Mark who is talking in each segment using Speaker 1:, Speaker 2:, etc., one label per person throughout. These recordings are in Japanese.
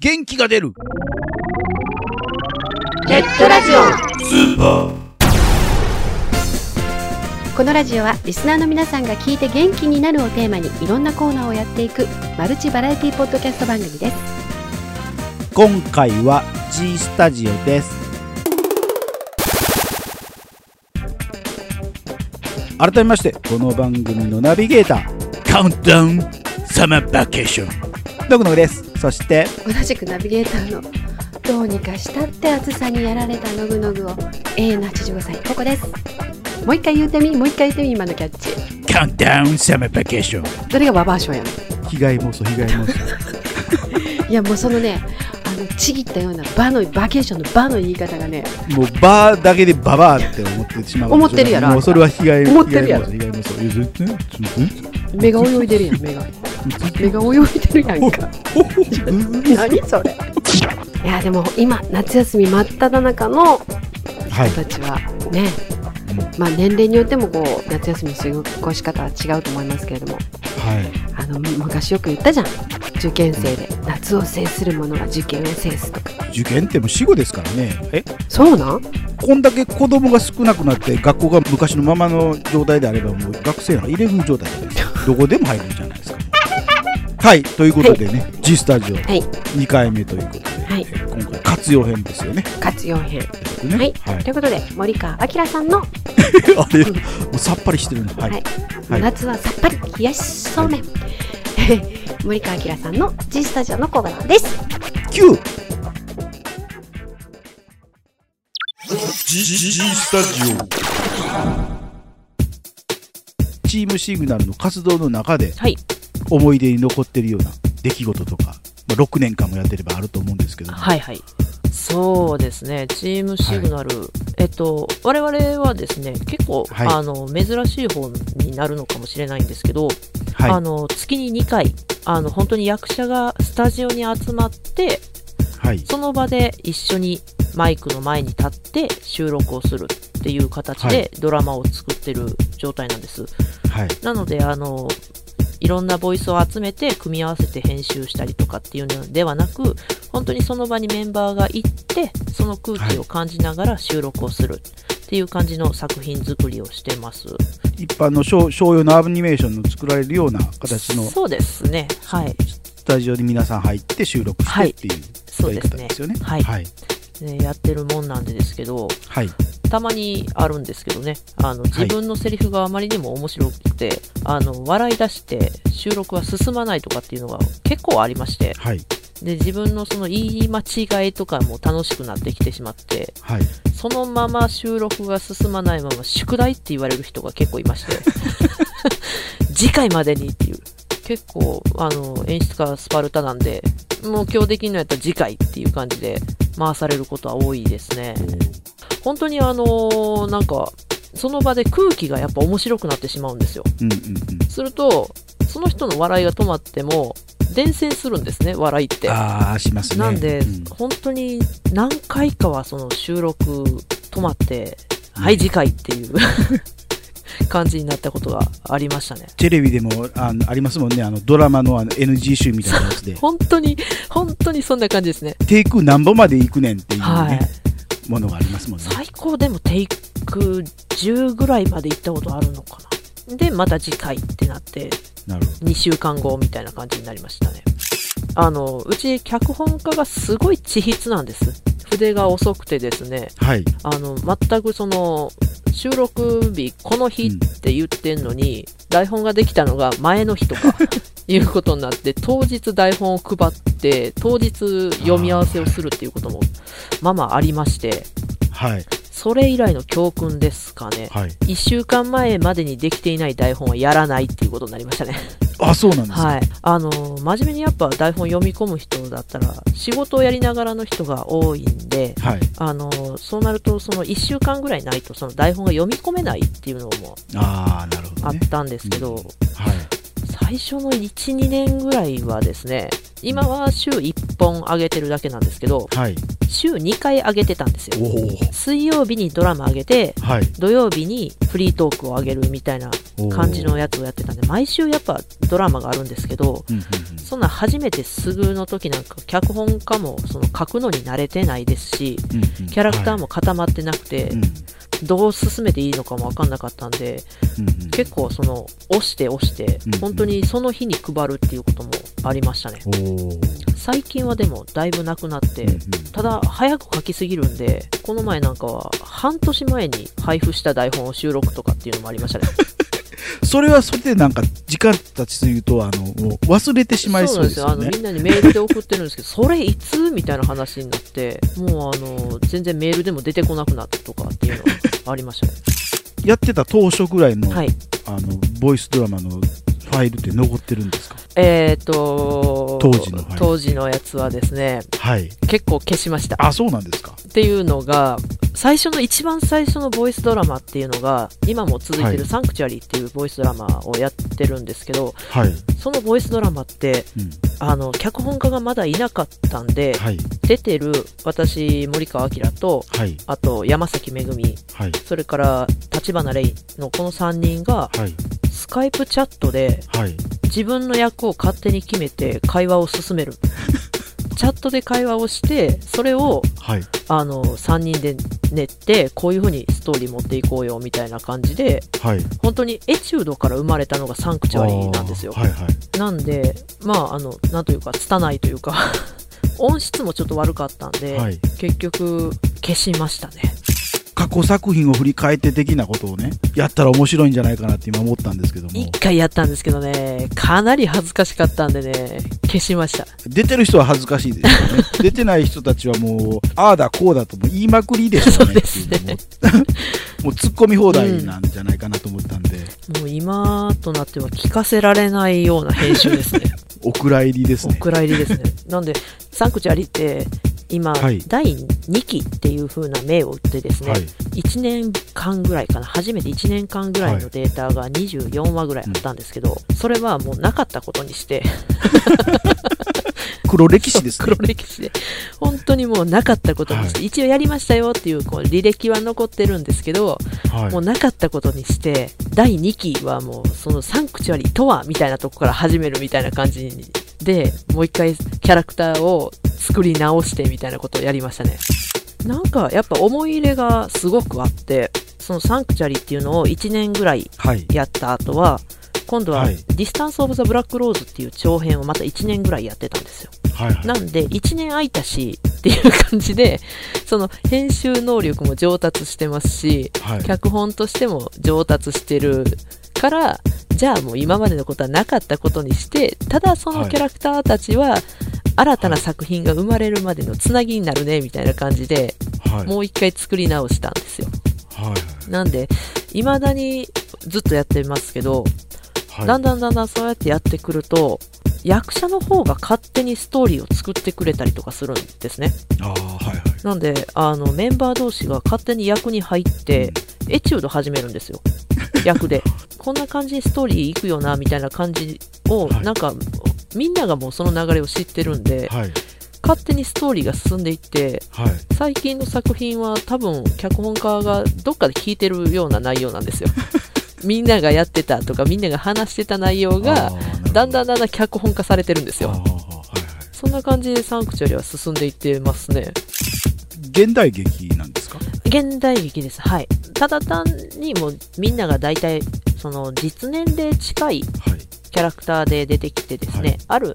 Speaker 1: 元気が出る
Speaker 2: ネットラジオこのラジオはリスナーの皆さんが聞いて元気になるをテーマにいろんなコーナーをやっていくマルチバラエティポッドキャスト番組です
Speaker 3: 今回は G スタジオです改めましてこの番組のナビゲーター
Speaker 1: カウントダウンサマーバケーション
Speaker 3: のぐのぐですそして
Speaker 2: 同じくナビゲーターのどうにかしたって暑さにやられたのぐのぐを永遠の85歳ここですもう一回言うてみもう一回言ってみ今のキャッチ
Speaker 1: カウントダウンサマーバケーション
Speaker 2: どれがババア賞やの
Speaker 3: 被害妄想被害妄想
Speaker 2: いやもうそのねあのちぎったようなバのバケーションのバの言い方がね
Speaker 3: もうバーだけでババアって思ってしまう
Speaker 2: 思ってるやろ
Speaker 3: もうそれは被害
Speaker 2: 思ってるやろ
Speaker 3: 被害妄想被害妄想いや全然全然
Speaker 2: 目が泳いでるやん目が目が泳いでるやんか 何それいやでも今夏休み真っ只中の人
Speaker 3: はい
Speaker 2: たちはね、まあ年齢によってもこう夏休みの過ごし方は違うと思いますけれども
Speaker 3: はい
Speaker 2: あの昔よく言ったじゃん受験生で夏を制する者が受験を制すとか
Speaker 3: 受験ってもう死後ですからねえ
Speaker 2: そうなん
Speaker 3: こんだけ子供が少なくなって学校が昔のままの状態であればもう学生の入れ食い状態じゃないです かどこでも入るんじゃないですかはいということでね、G スタジオ
Speaker 2: はい
Speaker 3: 2回目ということで、
Speaker 2: はい
Speaker 3: えー今回活用編ですよね。
Speaker 2: 活用編
Speaker 3: ね
Speaker 2: はい、
Speaker 3: はい
Speaker 2: ということで森川明さん の、
Speaker 3: あれもうさっぱりしてるんだ。はい。
Speaker 2: はい
Speaker 3: はい
Speaker 2: 夏はさっぱり冷やしそうめん、 森川明さんの G スタジオのコーナーです
Speaker 3: Q
Speaker 4: G, G, G Stadio.
Speaker 3: チームシグナルの活動の中で
Speaker 2: はい
Speaker 3: 思い出に残ってるような出来事とか、まあ、6年間もやってればあると思うんですけど、
Speaker 5: はいはい。そうですね、チームシグナル、えっと、我々はですね、結構、
Speaker 3: はい
Speaker 5: あの珍しい方になるのかもしれないんですけど、
Speaker 3: はい
Speaker 5: あの月に2回あの、本当に役者がスタジオに集まって、
Speaker 3: はい
Speaker 5: その場で一緒にマイクの前に立って収録をするっていう形
Speaker 3: は
Speaker 5: でドラマを作ってる状態なんです。
Speaker 3: はい
Speaker 5: なので、あの、いろんなボイスを集めて組み合わせて編集したりとかっていうのではなく、本当にその場にメンバーが行って、その空気を感じながら収録をするっていう感じの作品作りをしてます。
Speaker 3: 一般の商商用のアニメーションの作られるような形の
Speaker 5: そうですね。はい。
Speaker 3: スタジオに皆さん入って収録し
Speaker 5: は
Speaker 3: て
Speaker 5: い
Speaker 3: っていう
Speaker 5: そう
Speaker 3: やり方
Speaker 5: です
Speaker 3: で
Speaker 5: ね
Speaker 3: すよね。
Speaker 5: はい
Speaker 3: はい
Speaker 5: ねやってるもんなんでですけど、
Speaker 3: はい
Speaker 5: たまにあるんですけどね、あの、自分のセリフがあまりにも面白くて、あの、笑い出して収録は進まないとかっていうのが結構ありまして、
Speaker 3: はい
Speaker 5: で自分のその言い間違いとかも楽しくなってきてしまって
Speaker 3: はい
Speaker 5: そのまま収録が進まないまま宿題って言われる人が結構いまして次回までにっていう結構あの演出家スパルタなんでもう今日できるのやったら次回っていう感じで回されることは多いですね本当にあのーなんかその場で空気がやっぱ面白くなってしまうんですよ
Speaker 3: うんうんうん
Speaker 5: するとその人の笑いが止まっても伝染するんですね笑いって
Speaker 3: ああしますね
Speaker 5: なんで、
Speaker 3: うん
Speaker 5: 本当に何回かはその収録止まって、はい、次回っていう 感じになったことがありましたね。
Speaker 3: テレビでもあのありますもんねあのドラマのあの NG 集みたいなやつで
Speaker 5: 本当に、本当にそんな感じですね。
Speaker 3: テイク何本まで行くねんっていうね、
Speaker 5: はい。
Speaker 3: ものがありますもんね
Speaker 5: 最高でもテイク10ぐらいまで行ったことあるのかな。で、また次回ってなって、
Speaker 3: なるほ
Speaker 5: 2週間後みたいな感じになりましたね。あの、うち脚本家がすごい地筆なんです。筆が遅くてですね、
Speaker 3: どはい
Speaker 5: あの全くその収録日この日って言ってんのに、台本ができたのが前の日 とかいうことになって当日台本を配って当日読み合わせをするっていうこともまあまあありまして
Speaker 3: はい
Speaker 5: それ以来の教訓ですかね
Speaker 3: はい
Speaker 5: 1週間前までにできていない台本はやらないっていうことになりましたね
Speaker 3: あそうなんですか、
Speaker 5: はい、あの真面目にやっぱ台本読み込む人だったら仕事をやりながらの人が多いんで
Speaker 3: はい、
Speaker 5: あのそうなるとその1週間ぐらいないとその台本が読み込めないっていうのも
Speaker 3: ああなるほ
Speaker 5: あ
Speaker 3: ど
Speaker 5: っ
Speaker 3: ね
Speaker 5: たんですけど、
Speaker 3: はい
Speaker 5: 最初の12年ぐらいはですね今は週1本上げてるだけなんですけど、
Speaker 3: はい。
Speaker 5: 週2回上げてたんですよ。
Speaker 3: お
Speaker 5: 水曜日にドラマ上げて、
Speaker 3: お。はい。
Speaker 5: 土曜日にフリートークを上げるみたいな感じのやつをやってたんで、毎週やっぱドラマがあるんですけど、
Speaker 3: うんうん
Speaker 5: そんな初めてすぐの時なんか、脚本家もその書くのに慣れてないですし、
Speaker 3: うんうんうん
Speaker 5: キャラクターも固まってなくて、
Speaker 3: はいうん
Speaker 5: どう進めていいのかも分かんなかったんで、
Speaker 3: うんうん
Speaker 5: 結構その押して押して
Speaker 3: うんうん
Speaker 5: 本当にその日に配るっていうこともありましたね
Speaker 3: おー
Speaker 5: 最近はでもだいぶなくなって
Speaker 3: うんうん
Speaker 5: ただ早く書きすぎるんでこの前なんかは半年前に配布した台本を収録とかっていうのもありましたね
Speaker 3: それはそれでなんか時間経ちすぎるとあのもう忘れて しまいそうですよ
Speaker 5: あの
Speaker 3: ね
Speaker 5: みんなにメールで送ってるんですけどそれいつみたいな話になってもうあの全然メールでも出てこなくなったとかっていうのがあり ましたね
Speaker 3: やってた当初ぐらいの,、
Speaker 5: はい
Speaker 3: あのボイスドラマのファイルって残ってるんですか
Speaker 5: えーと
Speaker 3: 当時の配布
Speaker 5: 当時のやつはですね
Speaker 3: はい
Speaker 5: 結構消しました
Speaker 3: あそうなんですか
Speaker 5: っていうのが最初の一番最初のボイスドラマっていうのが今も続いて
Speaker 3: は
Speaker 5: る「
Speaker 3: い
Speaker 5: サンクチュアリ」っていうボイスドラマをやってるんですけど、
Speaker 3: はい、
Speaker 5: そのボイスドラマって
Speaker 3: うん
Speaker 5: あの脚本家がまだいなかったんで、
Speaker 3: はい
Speaker 5: 出てる私森川明と
Speaker 3: はい
Speaker 5: あと山崎めぐみ
Speaker 3: はい
Speaker 5: それから立花玲のこの3人が
Speaker 3: はい
Speaker 5: スカイプチャットで
Speaker 3: はい
Speaker 5: 自分の役を勝手に決めて会話を 進めるチャットで会話をしてそれを
Speaker 3: はい
Speaker 5: あの3人で練ってこういう風にストーリー持っていこうよみたいな感じで
Speaker 3: はい
Speaker 5: 本当にエチュードから生まれたのがサンクチュアリーなんですよ、
Speaker 3: あーはいはい
Speaker 5: なんでまああのなんというか拙いというか 音質もちょっと悪かったんで、
Speaker 3: はい
Speaker 5: 結局消しましたね
Speaker 3: 過去作品を振り返って的なことをねやったら面白いんじゃないかなって今思ったんですけども
Speaker 5: 1回やったんですけどねかなり恥ずかしかったんでね消しました
Speaker 3: 出てる人は恥ずかしいです よね出てない人たちはもうああだこうだともう言いまくりでしょうねっていうのももう突っ込み放題なんじゃないかなと思ったんで、
Speaker 5: もう今となっては聞かせられないような編集ですね
Speaker 3: お蔵入りです
Speaker 5: お
Speaker 3: ね
Speaker 5: 蔵入りです ね。なんで、サンクチュアリって、今、
Speaker 3: はい
Speaker 5: 第2期っていう風な銘を打ってですね、
Speaker 3: はい
Speaker 5: 1年間ぐらいかな、初めて1年間ぐらいのデータが24話ぐらいあったんですけど、それはもうなかったことにして、
Speaker 3: 黒歴史ですね
Speaker 5: 黒歴史で、本当にもうなかったことにして、一応やりましたよっていうこう履歴は残ってるんですけど、
Speaker 3: はい
Speaker 5: もうなかったことにして、第2期はもう、そのサンクチュアリとはみたいなとこから始めるみたいな感じに。で、もう一回キャラクターを作り直してみたいなことをやりましたね。なんかやっぱ思い入れがすごくあって、そのサンクチュアリっていうのを1年ぐらい
Speaker 3: はい
Speaker 5: やった後は、今度は
Speaker 3: はい
Speaker 5: ディスタンス・オブ・ザ・ブラック・ローズっていう長編をまた1年ぐらいやってたんですよ。
Speaker 3: はいはい
Speaker 5: なんで、1年空いたし、っていう感じで、その編集能力も上達してますし、
Speaker 3: はい
Speaker 5: 脚本としても上達してるから、じゃあもう今までのことはなかったことにして、ただそのキャラクターたちは、新たな作品が生まれるまでのつなぎになるね、みたいな感じで、
Speaker 3: はい
Speaker 5: もう一回作り直したんですよ。
Speaker 3: はい
Speaker 5: なんで、未だにずっとやってますけど、
Speaker 3: はい
Speaker 5: だんだんだんだんそうやってやってくると、役者の方が勝手にストーリーを作ってくれたりとかするんですね。
Speaker 3: ああはいはい
Speaker 5: なんで、あの、メンバー同士が勝手に役に入って、エチュード始めるんですよ。役で。こんな感じにストーリー行くよな、みたいな感じを、
Speaker 3: はい
Speaker 5: なんか、みんながもうその流れを知ってるんで、
Speaker 3: はい
Speaker 5: 勝手にストーリーが進んでいって、
Speaker 3: はい
Speaker 5: 最近の作品は多分脚本家がどっかで聞いてるような内容なん ですよ。みんながやってたとか、みんなが話してた内容が、だんだん
Speaker 3: ん
Speaker 5: だんだん脚本化されてるんです
Speaker 3: あーは
Speaker 5: よ。
Speaker 3: いはい
Speaker 5: そんな感じでサンクチュアリは進んでいってますね。
Speaker 3: 現代劇なんですか
Speaker 5: 現代劇です。はい。ただ単にもうみんなが大体、その実年齢近いキ
Speaker 3: はい
Speaker 5: ャラクターで出てきてですね、
Speaker 3: はい
Speaker 5: ある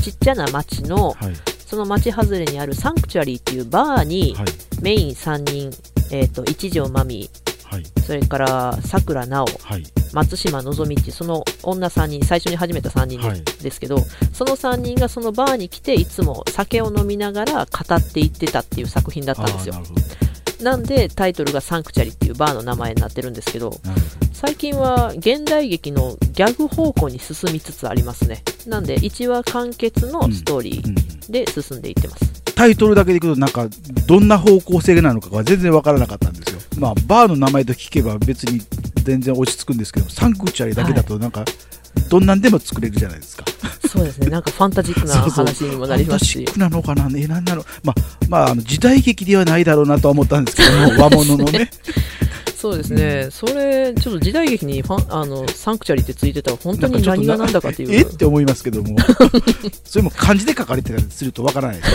Speaker 5: ちっちゃな町の、
Speaker 3: はい
Speaker 5: その町外れにあるサンクチュアリーっていうバーに
Speaker 3: はい
Speaker 5: メイン3人、えっ、と、一条まみ、
Speaker 3: はい
Speaker 5: それからさくらなお、
Speaker 3: はい
Speaker 5: 松島のぞみっていうその女3人、最初に始めた3人で
Speaker 3: はい
Speaker 5: ですけど、その3人がそのバーに来ていつも酒を飲みながら語っていってたっていう作品だったんですよ
Speaker 3: あーな。るほど
Speaker 5: なんでタイトルがサンクチャリっていうバーの名前になってるんですけど、
Speaker 3: なるほど
Speaker 5: 最近は現代劇のギャグ方向に進みつつありますね。なんで1話完結のストーリ
Speaker 3: うん
Speaker 5: ー
Speaker 3: うん
Speaker 5: で進んでいってます。
Speaker 3: タイトルだけでいくとなんかどんな方向性なのかが全然わからなかったんですよまあバーの名前と聞けば別に全然落ち着くんですけどサンクチュアリだけだとなんかどんなんでも作れるじゃないですか、
Speaker 5: そうですね、なんかファンタジックな
Speaker 3: そうそう
Speaker 5: 話にもなります
Speaker 3: フ
Speaker 5: し
Speaker 3: ァンタジッ、クなのかな、ね、なんなの、まあ、まあ、あの時代劇ではないだろうなとは思ったんですけ ども、和物のね、
Speaker 5: そうですね、それ、ちょっと時代劇にファンあのサンクチャリってついてたら、本当に何がなんだかってい
Speaker 3: えっ
Speaker 5: う、
Speaker 3: て思いますけども、それも漢字で書かれてたりするとわからないで すよ。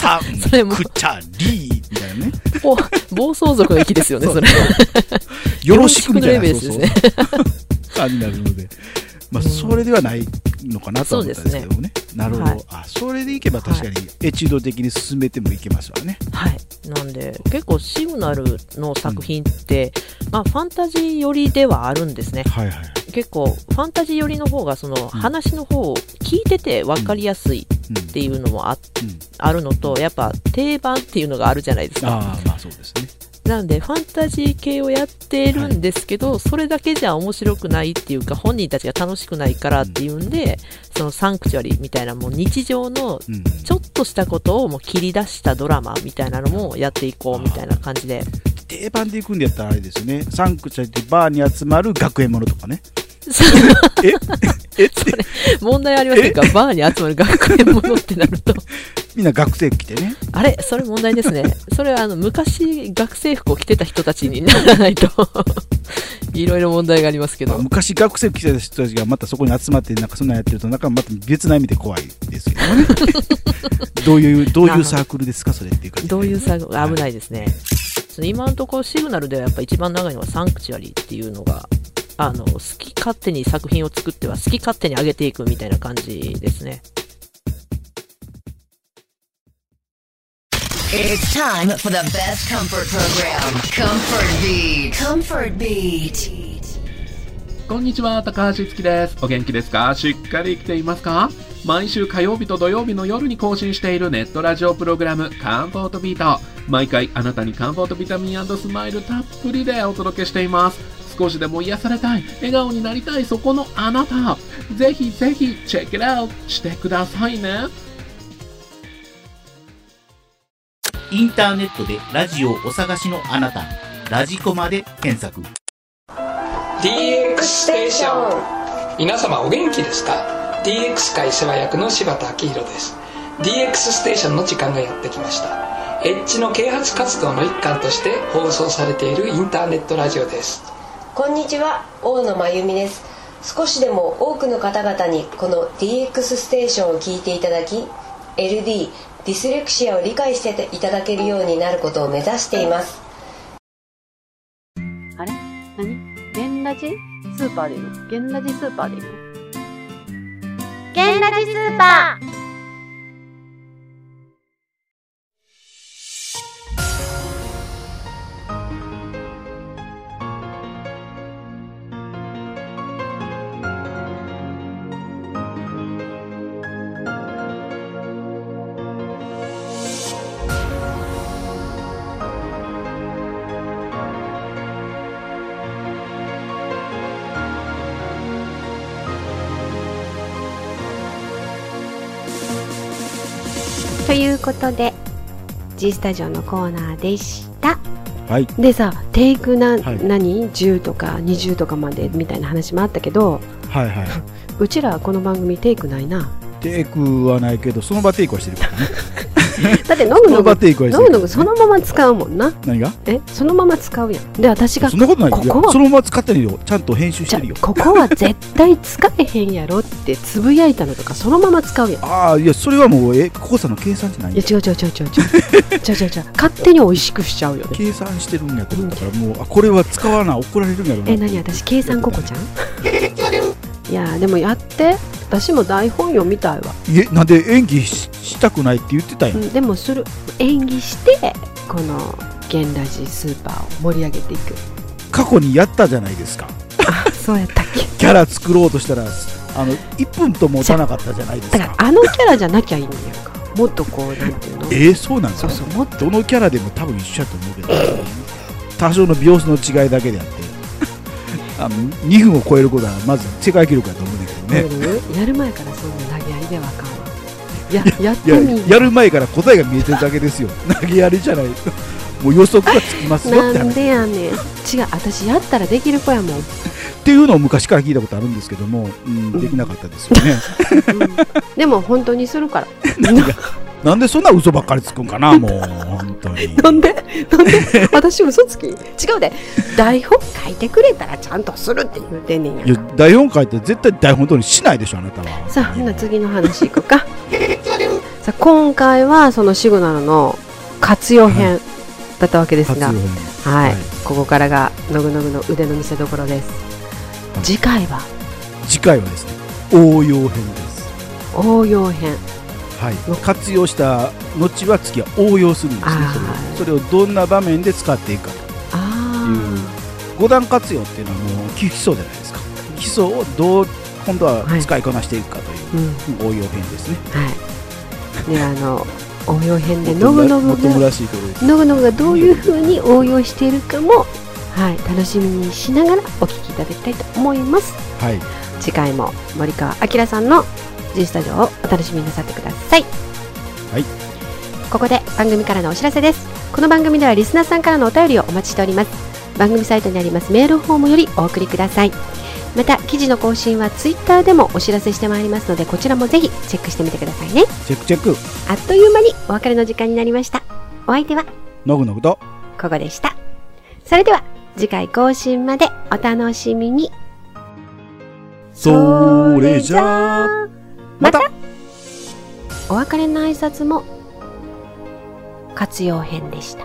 Speaker 3: サ
Speaker 5: それ
Speaker 3: ン
Speaker 5: も
Speaker 3: クチャリーみたいなね、
Speaker 5: お暴走族の域ですよね、それ。
Speaker 3: よろしくみたい
Speaker 5: よ
Speaker 3: な、
Speaker 5: ろしくの
Speaker 3: う
Speaker 5: レベル
Speaker 3: そう感じになるので。まあ、
Speaker 5: うん
Speaker 3: それではないのかなとは思ったんですけどもね。なるほど、
Speaker 5: はい
Speaker 3: あ、それでいけば確かにエチュード的に進めてもいけますわね。
Speaker 5: はい、なんで、結構、シグナルの作品って、まあ、ファンタジー寄りではあるんですね、
Speaker 3: はいはい。
Speaker 5: 結構、ファンタジー寄りの方がその話の方を聞いてて分かりやすい
Speaker 3: うん
Speaker 5: っていうのもあ
Speaker 3: うん
Speaker 5: あるのと、やっぱ定番っていうのがあるじゃないですか。
Speaker 3: ああ、まあそうですね。
Speaker 5: なんでファンタジー系をやってるんですけど、それだけじゃ面白くないっていうか本人たちが楽しくないからっていうんで、そのサンクチュアリみたいなもう日常の
Speaker 3: うん、
Speaker 5: ちょっとしたことをもう切り出したドラマみたいなのもやっていこうみたいな感じで
Speaker 3: 定番で行くんでやったらあれですよねサンクチャリティバーに集まる学園ものとかねえ えって
Speaker 5: 問題ありませんかバーに集まる学園ものってなると
Speaker 3: みんな学生服着てね
Speaker 5: あれそれ問題ですねそれはあの昔学生服を着てた人たちにならないと いろいろ問題がありますけ
Speaker 3: まあ
Speaker 5: ど
Speaker 3: 昔学生服着てた人たちがまたそこに集まってなんかそんなんやってるとなんかまた別な意味で怖いですけどねどう いうどういうサークルですかそれっていうか、
Speaker 5: どういう作
Speaker 3: はい
Speaker 5: 危ないですね。その今のところシグナルではやっぱ一番長いのはサンクチュアリーっていうのが、あの、好き勝手に作品を作っては好き勝手に上げていくみたいな感じですね。
Speaker 4: It's time for the best comfort program. Comfort Beat. Comfort Beat.
Speaker 6: こんにちは、高橋月です。お元気ですかしっかり生きていますか毎週火曜日と土曜日の夜に更新しているネットラジオプログラム、カンフォートビート。毎回あなたにカンフォートビタミンスマイルたっぷりでお届けしています。少しでも癒されたい、笑顔になりたい、そこのあなた。ぜひぜひ、チェックアウトしてくださいね。
Speaker 7: インターネットでラジオをお探しのあなた、ラジコマで検索。
Speaker 8: DX ステーション皆様お元気ですか DX 会世話役の柴田明宏です DX ステーションの時間がやってきましたエッジの啓発活動の一環として放送されているインターネットラジオです
Speaker 9: こんにちは大野真由美です少しでも多くの方々にこの DX ステーションを聞いていただき LD ディスレクシアを理解していただけるようになることを目指しています
Speaker 2: あれ何ゲンラジスーパーでいいのゲンラジスーパーでいいの
Speaker 10: ゲンラジスーパー
Speaker 2: ということで G スタジオのコーナーでした
Speaker 3: はい
Speaker 2: でさテイク
Speaker 3: は
Speaker 2: な、
Speaker 3: い
Speaker 2: 何10とか20とかまでみたいな話もあったけど
Speaker 3: はいはいう
Speaker 2: ちらこの番組テイクな いな
Speaker 3: テイクはないけどその場テイクはしてるからね
Speaker 2: だってノ
Speaker 3: そ
Speaker 2: グ
Speaker 3: の
Speaker 2: ノ
Speaker 3: 場
Speaker 2: グ
Speaker 3: テイクはして
Speaker 2: ノグ
Speaker 3: る
Speaker 2: ノグそのまま使うもんな
Speaker 3: 何が
Speaker 2: えそのまま使うやんで私が
Speaker 3: そんなことないよいや
Speaker 2: ここは
Speaker 3: そのまま使ってるよちゃんと編集し
Speaker 2: じ
Speaker 3: て
Speaker 2: ゃ
Speaker 3: るよ
Speaker 2: ここは絶対使えへんやろってつぶやいたのとかそのまま使うやん
Speaker 3: ああいやそれはもうえココさんの計算じゃない
Speaker 2: い
Speaker 3: よ
Speaker 2: や違う違 う違う違う違う違う違う違う勝手に美味しくしちゃうよね
Speaker 3: 計算してるんやと思ったからもうあこれは使わな怒られるんやろうな
Speaker 2: え何私計算ココちゃん いやでもやって私も台本読みたいわ、
Speaker 3: いえなんで演技ししたくないって言ってたやん、
Speaker 2: うん、でもする演技してこの現ラジスーパーを盛り上げていく
Speaker 3: 過去にやったじゃないですか
Speaker 2: あ そうやったっけ
Speaker 3: キャラ作ろうとしたらあの1分ともたなかったじゃないです
Speaker 2: だから
Speaker 3: か
Speaker 2: あのキャラじゃなきゃいいんやんかもっとこうなんていうの
Speaker 3: えー、そうなんか
Speaker 2: そう
Speaker 3: な
Speaker 2: そうもっと
Speaker 3: どのキャラでも多分一緒やと思うけど多少の秒数の違いだけであって あの2分を超えることはまず世界記録やと思うんだけどね
Speaker 2: やる前からそんな投げやりではあかんわややっ
Speaker 3: い
Speaker 2: て
Speaker 3: や
Speaker 2: み
Speaker 3: やる前から答えが見えてるだけ ですよ投げやりじゃないもう予測がつきますよって
Speaker 2: なん
Speaker 3: 話
Speaker 2: でやねん違う私やったらできる子やもん
Speaker 3: っていうのを昔から聞いたことあるんですけども、うん、できなかったですよ ね。
Speaker 2: でも本当にするから
Speaker 3: なんでそんな嘘ばっかりつくんかな、もう、本当 に。
Speaker 2: なんでなんで私嘘つき違うで台本書いてくれたらちゃんとするって言うてんねんや
Speaker 3: いや、台本書いて絶対台本通りにしないでしょ、あなたは。
Speaker 2: さあほな次の話行くか さあ今回はそのシグナルの活用編だったわけですが、
Speaker 3: 活用編
Speaker 2: は
Speaker 3: は
Speaker 2: い、
Speaker 3: い
Speaker 2: ここからがのぐのぐの腕の見せ所です、次回は
Speaker 3: 次回はですね、応用編です。
Speaker 2: 応用編
Speaker 3: はい、活用した後は次は応用するんですね
Speaker 2: あ
Speaker 3: そ
Speaker 2: ー
Speaker 3: れをそれをどんな場面で使っていくかという五段活用っていうのはもう基礎じゃないですか基礎をどう今度は使いこなしていくかという、応用編ですね
Speaker 2: はいねあの応用編で
Speaker 3: も
Speaker 2: のぐ
Speaker 3: っと
Speaker 2: のぐ
Speaker 3: もっとも
Speaker 2: が
Speaker 3: らしいところで
Speaker 2: のぐのぐがどういうふうに応用しているかも、はい、楽しみにしながらお聞きいただきたいと思います
Speaker 3: はい
Speaker 2: 次回も森川明さんの G スタジオをお楽しみになさってください
Speaker 3: はい
Speaker 2: ここで番組からのお知らせですこの番組ではリスナーさんからのお便りをお待ちしております番組サイトにありますメールフォームよりお送りくださいまた記事の更新は Twitter でもお知らせしてまいりますのでこちらもぜひチェックしてみてくださいね
Speaker 3: チェックチェック
Speaker 2: あっという間にお別れの時間になりましたお相手は
Speaker 3: のぐのぐと
Speaker 2: ここでしたそれでは次回更新までお楽しみに
Speaker 3: それじゃあまた
Speaker 2: お別れの挨拶も活用編でした